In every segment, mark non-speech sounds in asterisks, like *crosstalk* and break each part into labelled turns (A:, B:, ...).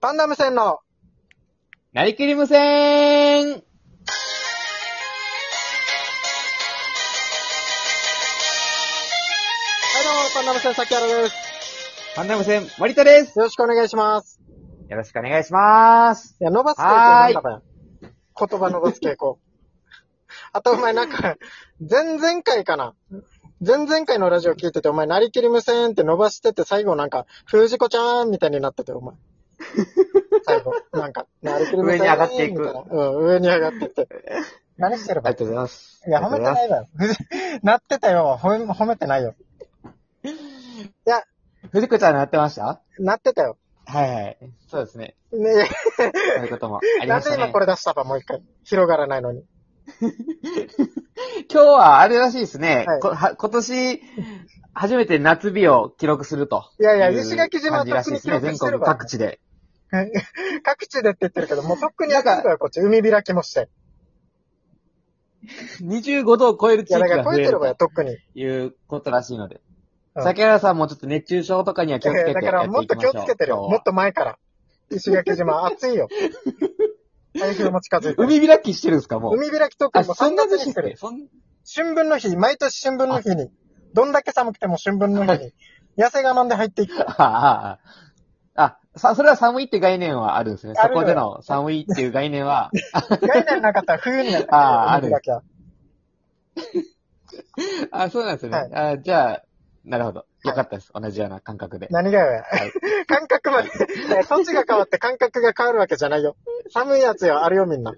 A: パンダム戦の、
B: なりきり無線
A: はいどうも、パンダム戦崎原です。
B: パンダ無線、森田です
A: よろしくお願いします。
B: よろしくお願いします
A: いや、伸ばす傾向なんだかよ。言葉伸ばす傾向。 *laughs* あと、お前なんか、前々回かな。前々回のラジオ聞いてて、お前、なりきり無線って伸ばしてて、最後なんか、藤子ちゃんみたいになってて、お
B: *laughs*
A: 前。最後、なんか、なりきり無線
B: 上に上がっていく
A: みたなうん、上に上がってって。何してれ
B: あ
A: ば
B: りがとうございます。
A: いや、褒めて
B: ありがとう
A: な
B: ござ
A: いわよ。 *laughs* なってたよ。褒め褒めてないよ。いや、
B: ます。藤子ちゃんなってました
A: なってたよ。
B: はいはい。そうですね。
A: ね
B: そういうこともあ
A: え、
B: り
A: な
B: ま
A: ん
B: した
A: で
B: ね。
A: 今これ出したか、もう一回。広がらないのに。
B: 今日はあれらしいですね。
A: はい
B: こは今年、初めて夏日を記録すると。
A: いやいや
B: う
A: 石垣島は
B: 感じらしいですね
A: 特に記録
B: 全
A: してるわ
B: 国各地で。
A: *laughs* 各地でって言ってるけど、もうとっくにやってるよ、こっち。海開きもして。
B: 25度を超える
A: い
B: 地
A: や、
B: 域
A: だから
B: が
A: 超
B: 増
A: え
B: え
A: て
B: る
A: るわよ、
B: と
A: とっくに。
B: いうことらしいので。
A: うん
B: 崎原さんもちょっと熱中症とかには気をつけ
A: だ
B: てやっていき
A: か
B: ましょ
A: ら
B: う。
A: もっと気をつけてるよ。もっと前から。石垣
B: *laughs*
A: 島、暑いよ。台風も近づいてる。
B: 海開きしてるんですか、もう。
A: 海開きとっくにもう3月にしてる。
B: そん
A: 春分の日、毎年春分の日に。どんだけ寒くても春分の日に。痩せ我慢で入ってい
B: *laughs*
A: く。
B: ああ、ああ。あ、さ、それは寒いって概念はあるんですね。
A: あ
B: そ
A: るの
B: こ
A: よ
B: での寒いっていう概念は、
A: 概念なかったら冬になる。
B: あーある
A: 海開きは
B: あ、そうなんですね。
A: はい
B: あじゃあ、なるほど。よかったです。同じような感覚で。
A: 何がよ。
B: はい。
A: *laughs* 感覚まで、土地が変わって感覚が変わるわけじゃないよ。寒いやつよ、あるよみんな。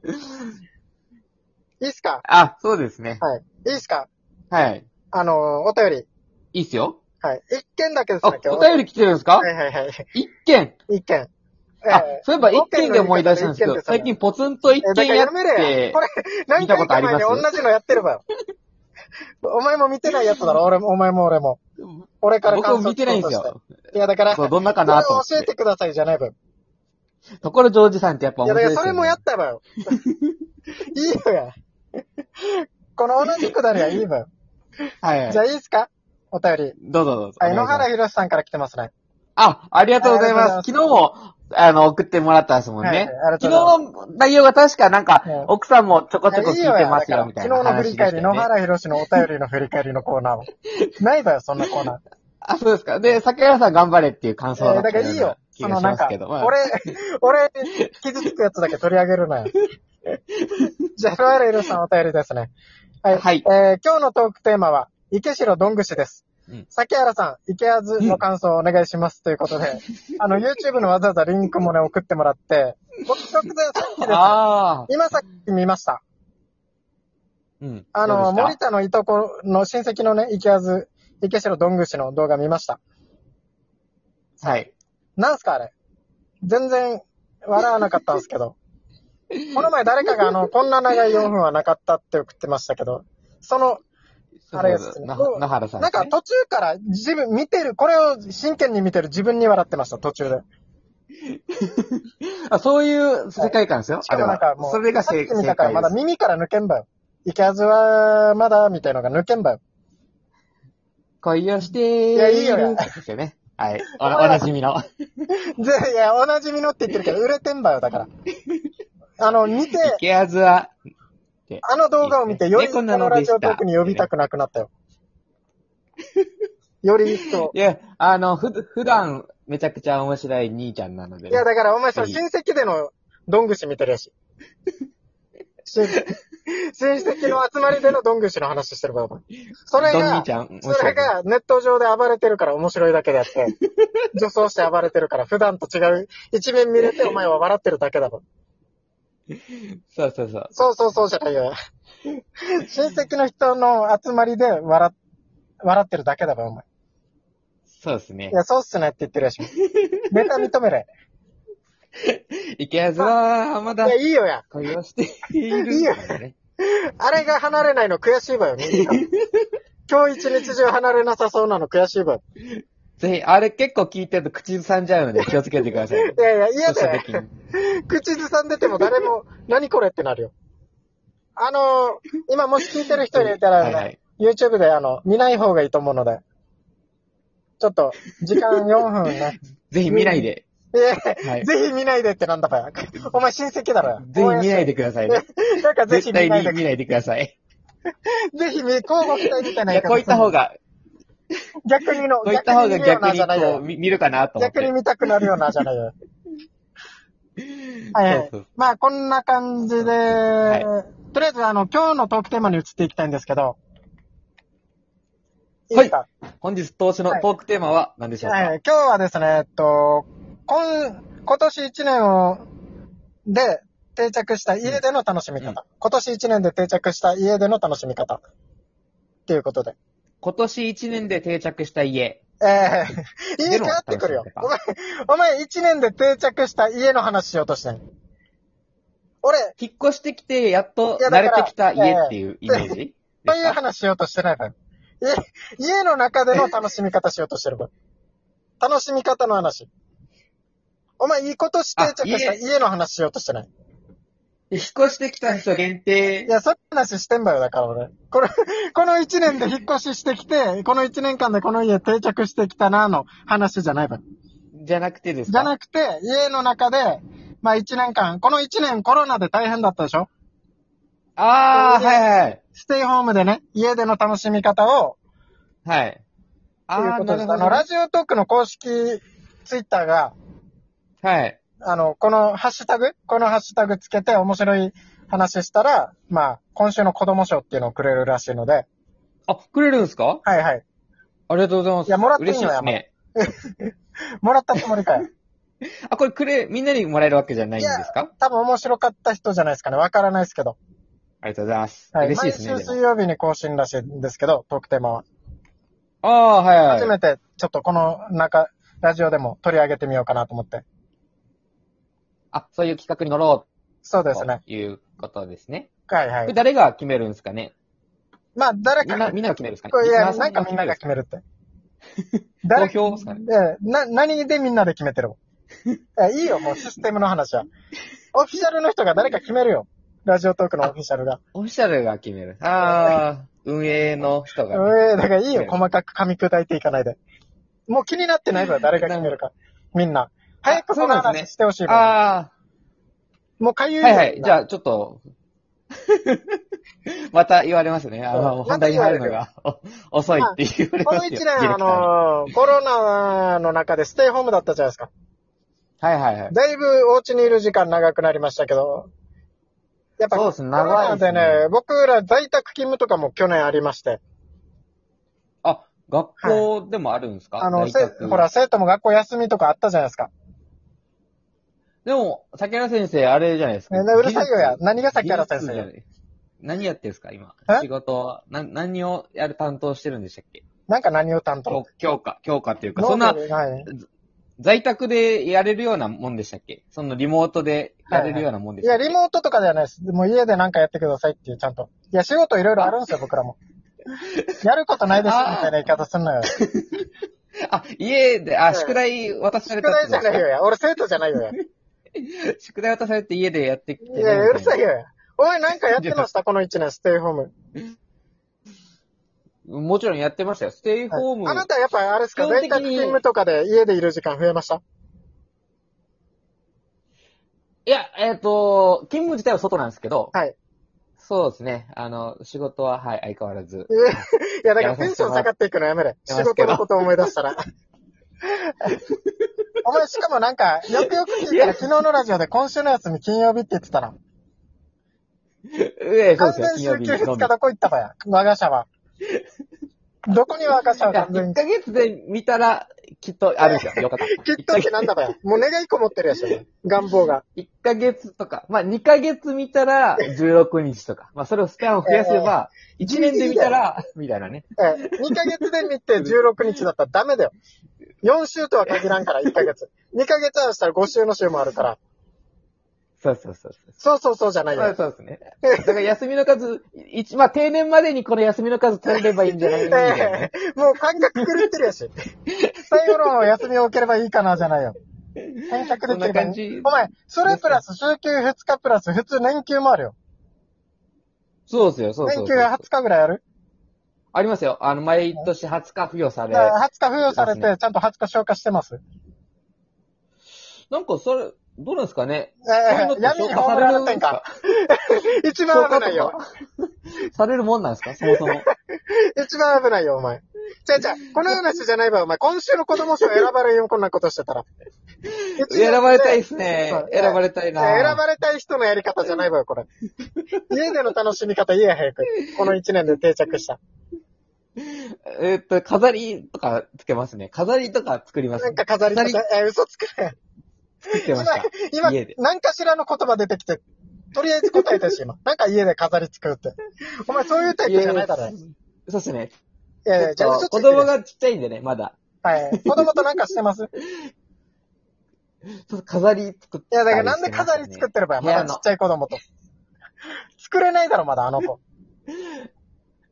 A: いいっすか
B: あ、そうですね。
A: はい。いいっすか
B: はい。
A: あのーお便り。
B: いいっすよ。
A: はい。一件だけです
B: あ
A: ね、、今日。
B: お便り来てるんですか
A: はいはいはい。
B: 一件。
A: 一件。え
B: あ、
A: え
B: そういえば一
A: 五件
B: 件
A: の
B: で思い出したんですけ
A: 一件
B: ど、
A: ですよね
B: 最近ポツンと一
A: えだ
B: 件
A: から
B: やっ
A: やめれ
B: て
A: よ。こ、れ、何
B: 見た
A: 回
B: こと
A: か
B: あり
A: 前に
B: ます
A: 同じのやってればよ。 *laughs* お前も見てないやつだろ、俺も、お前も俺も。俺から
B: 僕
A: 感
B: も
A: 想
B: 見てない
A: 聞
B: ん
A: こ
B: で
A: う
B: す
A: として
B: よ。
A: いや、だから、
B: そう、
A: そ
B: どんなか
A: れ
B: な
A: を
B: と思
A: 教え
B: って。
A: てくださいじゃない分。
B: ところジョージさんってやっぱ
A: いや、
B: 面
A: だ
B: 白い
A: からそれも
B: ですよ、ね。
A: やったわよ。 *laughs* いいよや。この同じくだりはいいわよ。
B: はいはい。
A: じゃあいいっすかお便り。
B: どうぞどうぞ。
A: あ、井ノ
B: お願いし
A: 原博
B: ます
A: さんから来てますね。
B: あ、ありがとうございま
A: あ
B: す。昨日も、あの、送ってもらったんですもんね。
A: はいありがと
B: 昨
A: うござい
B: 日の内容が確かなんか、
A: うん
B: 奥さんもちょこちょこ聞
A: い
B: いて
A: いよや。
B: ま
A: だ
B: す
A: から
B: よ、み
A: 昨
B: た
A: 日
B: いな
A: の振
B: 話で
A: り
B: した
A: 返
B: よ、
A: り、
B: ね。
A: 野原博のお便りの振り返りのコーナーは。ないわよ、そんなコー
B: *laughs*
A: ナー。
B: あ、そうですか。で、酒原さん頑張れっていう感想だ
A: えー
B: った
A: だか
B: よう
A: らいい
B: な
A: よ。
B: 気
A: そ
B: が
A: の
B: し
A: なん
B: ます
A: か
B: けど。、まあ、
A: 俺、俺、傷つくやつだけ取り上げるなよ。じゃあ、ロアレルさんお便りですね。はい。
B: はい
A: えー今日のトークテーマは、池城どんぐしです。
B: うん
A: 崎原さん、池あずの感想をお願いします。ということ
B: *laughs*
A: で、あの、YouTube のわざわざリンクもね、送ってもらって、僕直前さっきですね、
B: ああ。
A: 今さっき見ました。
B: うん。
A: あの、
B: どうで
A: 森
B: した
A: 田のいとこの親戚のね、池あず、池城どんぐしの動画見ました。
B: はい。
A: なんすかあれ全然笑わなかったんですけど。この前誰かがあの、こんな長い4分はなかったって送ってましたけど、その、あれですね
B: な野原さん
A: な
B: で
A: ん
B: すね、
A: か途中から自分、見てる、これを真剣に見てる自分に笑ってました、途中で。
B: あ、そういう世界観ですよ。
A: しか
B: あれ
A: もなんか
B: は。
A: もう、
B: それが
A: さっ
B: 正
A: き見
B: 正
A: たから
B: 解
A: ま
B: で
A: だ
B: す。
A: 耳から抜けんばよ。いけずは、まだ、みたいのが抜けんばよ。
B: 恋をしてい
A: いやいいよ
B: るんですよね。 *laughs* はい。おおなじみの。 *laughs*
A: で、いや、おなじみのって言ってるけど、売れてんばよ、だから。あの、見て、
B: ケアズは、
A: あの動画を見て、
B: いいで
A: よ
B: すね
A: りこのラジオトークに呼びたくなくなったよ。より一層。
B: いや、あの、ふ、普段、めちゃくちゃ面白い兄ちゃんなので。
A: いや、だからお前その
B: ぜひ
A: 親戚でのどんぐし見てるやし。親戚親戚の集まりでのどんぐしの話してるから、お前。それ
B: ドン
A: が
B: 兄ち、ゃん、面白い
A: それがネット上で暴れてるから面白いだけであって、女装して暴れてるから普段と違う一面見れてお前は笑ってるだけだろ。
B: そうそうそう。
A: そうそうそうじゃないよ。親戚の人の集まりで笑っ、笑ってるだけだろ、お前。
B: そうですね
A: い。や、そうっすねって言ってるやし。ネタ認め
B: *laughs*
A: れ。
B: いけずは、ま
A: い
B: だ
A: や、、いいよや。
B: 恋をしている。
A: いいよ
B: ね
A: あれが離れないの悔しいわ
B: *laughs*
A: よ、みんな今日一日中離れなさそうなの悔しいわよ。
B: ぜひ、あれ結構聞いてると口ずさんじゃうので気をつけてください。
A: いやいや、嫌
B: そうした
A: だよ
B: 時。に。
A: 口ずさんでても誰も、何これってなるよ。あのー今もし聞いてる人にいたら、
B: はいはい
A: YouTube であの、見ない方がいいと思うので、ちょっと、時間4分ね。
B: *laughs* ぜひ見ないで。
A: いや、
B: はい。
A: ぜひ見ないでってなんだばや。お前親戚だろや。
B: ぜひ見ないでくださいね。
A: い。だからぜひ
B: 絶
A: 見
B: 対
A: ないで
B: に見。ないでください。
A: ぜひ見、交互期待みたい
B: い
A: な言
B: や、こういった方が、
A: 逆にの、
B: こういった方が
A: 見
B: 逆に
A: るようなじゃない
B: こう、
A: よ。
B: み見るかなと思っ
A: 逆に
B: て。
A: 見たくなるようなじゃ
B: *laughs*
A: ないよ。はいはい
B: そうそう
A: まあ、こんな感じで、
B: い
A: とりあえず、あの、今日のトークテーマに移っていきたいんですけど、いい
B: は
A: です
B: い
A: か、
B: 本日投資のトークテーマは何でしょうか、
A: はい、今日はですね、えっと、今、今年1年を、で定着した家での楽しみ方。
B: うん
A: 今年1年で定着した家での楽しみ方。っていうことで。
B: 今年1年で定着した家。
A: ええ
B: 家
A: 家
B: の
A: 変わってくるよ
B: 楽し。
A: お
B: み
A: 前
B: 方、
A: お前1年で定着した家の話しようとしてん。俺、
B: 引っ越してきて、やっと
A: いや
B: 慣
A: だ
B: れ
A: から
B: てきた家っていうイメージ
A: という
B: ですか
A: 話しようとしてない分。家、家の中での楽しみ方しようとしてる分。楽しみ方の話。お前、いいことして定着した
B: あ
A: 家の話しようとしてない。
B: 引っ越してきた人限定
A: い。や、その話してんだよ、だから俺。これ、この一年で引っ越ししてきて、この一年間でこの家定着してきたな、の話じゃない分。
B: じゃなくてです
A: じゃ
B: か
A: なくて、家の中で、まあ一年間、この一年コロナで大変だったでしょ
B: ああ、
A: それで
B: はいはい。
A: ステイホームでね、家での楽しみ方を
B: はい。あ
A: という
B: あ、
A: こと
B: な
A: で
B: る
A: す。
B: ほ
A: あの、
B: ど。
A: ラジオトークの公式ツイッターが、
B: はい。
A: あの、このハッシュタグこのハッシュタグつけて面白い話したら、まあ、今週の子供賞っていうのをくれるらしいので、
B: あ、くれるんですか
A: はいはい。
B: ありがとうございます。
A: いやもらっていいの
B: 嬉しいですね。
A: もらったつもり
B: *laughs*
A: かよ。
B: あ、これくれ、みんなにもらえるわけじゃないんですか
A: 多分面白かった人じゃないですかね。わからないですけど。
B: ありがとうございます。
A: はい。
B: 嬉しいですね。
A: 毎
B: で
A: 週水
B: も
A: 曜日に更新らしいんですけど、トークテーマは。
B: ああ、はい
A: 初
B: はい。
A: めて、ちょっとこの中、ラジオでも取り上げてみようかなと思って。
B: あ、そういう企画に乗ろ
A: そう
B: う
A: ですね。
B: ということですね。
A: はいは
B: これ
A: い。
B: 誰が決めるんですかね
A: まあ、誰
B: み
A: か
B: んな、みんなが決めるんですか
A: こ
B: ね
A: れい
B: リ
A: や、
B: ス
A: な
B: ナーさ
A: んかみんなが
B: 決
A: 決めるって。
B: めるん
A: 誰
B: ですか *laughs* 投票ですかね
A: え、な、何でみんなで決めてるのえ、いいよ、もうシステムの話は。オフィシャルの人が誰か決めるよ。ラジオトークのオフィシャルが。
B: オフィシャルが決める。ああ、運営の人
A: え
B: がね。
A: ー、だからいいよ、
B: ね
A: 細かく噛み砕いていかないで。もう気になってないわ、誰が決めるか。みんな。早くこの
B: そうなんです
A: 話
B: ね
A: してほしいわ。
B: あ
A: もうかゆい
B: あ、
A: よ。
B: はいはい。じゃ
A: あ。
B: あ、ちょっと、 *laughs* また言われますね。あ
A: そう
B: の、本題に入るのがお遅いって言
A: *laughs*
B: われ
A: こ
B: ま
A: の
B: す
A: 一
B: よ。
A: 年、
B: ディレ
A: あ
B: クター
A: の
B: に
A: ーコロナの中でステイホームだったじゃないですか。
B: はいはいはい。
A: だいぶお家にいる時間長くなりましたけど、やっぱ
B: そうですね長いですね
A: コロナでね、僕ら在宅勤務とかも去年ありまして、
B: あ、学校でもあるんですか
A: あの、
B: 大
A: せ
B: 学
A: ほら、生徒も学校休みとかあったじゃないですか。
B: でも、竹原先生、あれじゃないですか。
A: ねうるさいよや何が竹原先生
B: 技術じゃない何やってるんですか、今
A: え。
B: 仕事は、な、何をやる担当してるんでしたっけ
A: なんか何を担当
B: 教教科、教科っていうか、そんな、
A: はい
B: 在宅でやれるようなもんでしたっけそのリモートでやれるようなもんで
A: い
B: した
A: や、
B: っけ、
A: リモートとかではないです。もう家でなんかやってくださいっていう、ちゃんと。いや、仕事いろいろあるんですよ、僕ら
B: *laughs*
A: も。やることないです、みたいな言い方すんのよ。
B: あ、家で、
A: ええ
B: あ、宿題渡され
A: 宿
B: た
A: 題じゃないよや。俺生徒じゃないよや。い
B: 宿題渡されて家でやってきてね。
A: や、うるさい
B: よ。
A: よや。お前なんかやってました、この一年、ステイホーム。
B: もちろんやってましたよ。ステイホーム。
A: あなたやっぱりあれですか、
B: 基本
A: 在
B: 的に
A: 宅勤務とかで家でいる時間増えま
B: *laughs*
A: した
B: いや、えっ、と、勤務自体は外なんですけど、
A: はい。
B: そうですね。あの、仕事は、はい、相変わらず。
A: いや、だからテンション下がっていくのやめれ。
B: や
A: 仕
B: らせ
A: 事
B: てもら
A: のこと思い出した
B: *laughs*
A: ら。お前、しかもなんか、よくよく聞いたら昨日のラジオで今週の休み金曜日って言ってたな。
B: ええ、そう
A: 完
B: ですよ、金曜
A: 全
B: 日
A: 週休2
B: のみ。
A: 日どこ行ったかや、我が社は。どこに我が社はい
B: や、
A: 完全
B: 1
A: に。
B: ヶ月で見たら、きっとあるんですよ。よかった。
A: *laughs* きっとってなんだかや。もう願いこもってるやし、願望が。
B: 1ヶ月とか、まあ2ヶ月見たら16日とか、まあそれをスパンを増やせば、1年で見たら、みたいなね。
A: ええ、2ヶ月で見て16日だったらダメだよ。4週とは限らんから、1ヶ *laughs* 月。2ヶ月あるしたら5週の週もあるから。
B: そうそうそうそう。
A: そうそうそうじゃない
B: そ
A: よ
B: う。そうですね。だから休みの数、一、まあ定年までにこの休みの数取れればいいんじゃないみたいなね
A: ええもう感覚狂ってるやし。最後の休みを受ければいいかな、じゃないよ。感覚できればい
B: そんな感
A: い
B: じ。
A: お前、それプラス、週休2日プラス、普通年休もあるよ。
B: そうですよ、そうそ
A: 年
B: う
A: 休
B: そう
A: 20日ぐらいある
B: ありますよ。あの、毎年20日付与され
A: だ、から20日付与され
B: そうです
A: て、ちゃんと20日消化してます。
B: なんかそれ、どうなんですかね
A: ええ闇に
B: 消化
A: 葬られてんか。一番危ないよ。
B: されるもんなんですか
A: *laughs*
B: そもそも。
A: 一番危ないよ、お前。ちゃうちゃう、この話じゃないわ、お前。今週の子供賞選ばれるよ、こんなことしてたら。
B: *laughs* 選ばれたい
A: い
B: ですね
A: そう。
B: 選ばれたいな。
A: 選ばれたい人のやり方じゃないわよ、これ。家での楽しみ方言えや、早く。この一年で定着した。
B: えーっと、飾りとかつけますね。飾りとか作ります
A: な
B: ね
A: ん。か飾りと
B: 飾
A: か、えー嘘つくなよ
B: 作ってました。
A: 今
B: 家で、
A: 何かしらの言葉出てきて、とりあえず答えたし、今。なんか家で飾り作るって。お前そういうタイプじゃないだろ。い
B: そうですね。
A: やいや、じゃあ嘘つい
B: 子
A: てる
B: 供。がちっちゃいんでね、まだ。
A: はい。子供となんかしてますい
B: ちょっと飾り作って、
A: や、だからなんで飾り作ってればよ、
B: 部屋
A: ま
B: の
A: だちっちゃい子供と。作れないだろ、まだあの子。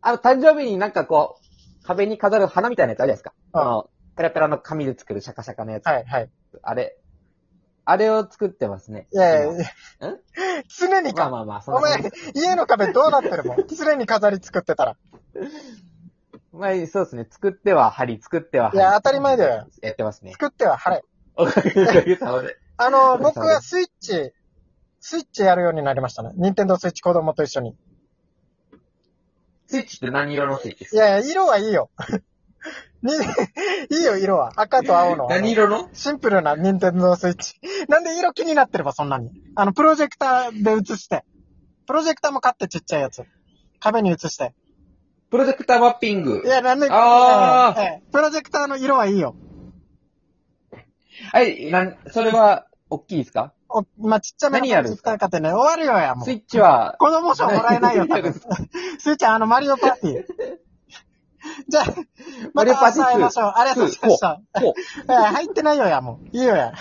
B: あの、誕生日になんかこう、壁に飾る花みたいなやつあるじゃないですか。
A: うん
B: あの、ペラペラの紙で作るシャカシャカのやつ。
A: はい、はい。
B: あれ。あれを作ってますね。
A: いやいや
B: ん、
A: 常に
B: まあ
A: か、
B: まあまあ、そん
A: お
B: な感
A: 前
B: じです。、
A: 家の壁どうなってるもん。常に飾り作ってたら。
B: まあ、そうですね。作っては針、作っては針。
A: いや当たり前だよ。
B: やってますね。
A: 作っては晴れ。
B: おかげさまで。
A: あの、僕はスイッチ、スイッチやるようになりましたね。ニンテンドースイッチ子供と一緒に。
B: スイッチって何色のスイッチです
A: いやいや、色はいいよ。 *laughs* に、いいよ、色は。赤と青の。
B: か何色の
A: シンプルなニンテンドースイッチ。なんで色気になってればそんなに。あの、プロジェクターで映して。プロジェクターも買ってちっちゃいやつ。壁に映して。
B: プロジェクターマッピング
A: い。や、なんで、
B: あー
A: ええええプロジェクターの色はいいよ。
B: はい、なん、それは、大きいですか
A: お、まあ、ちっちゃめの
B: 何
A: プ
B: や
A: ロ
B: るん
A: ジェク
B: ですか
A: ター買ってね、終わるよや、もう
B: スイ。ッチは、
A: 子供賞もらえないよ、多分。スイちゃん、あの、マリオパーティー。じゃあ、
B: マリオパーティー
A: また明日会いましょう。ありがとうございました。
B: こう。
A: えー入ってないよや、もう。いいよや。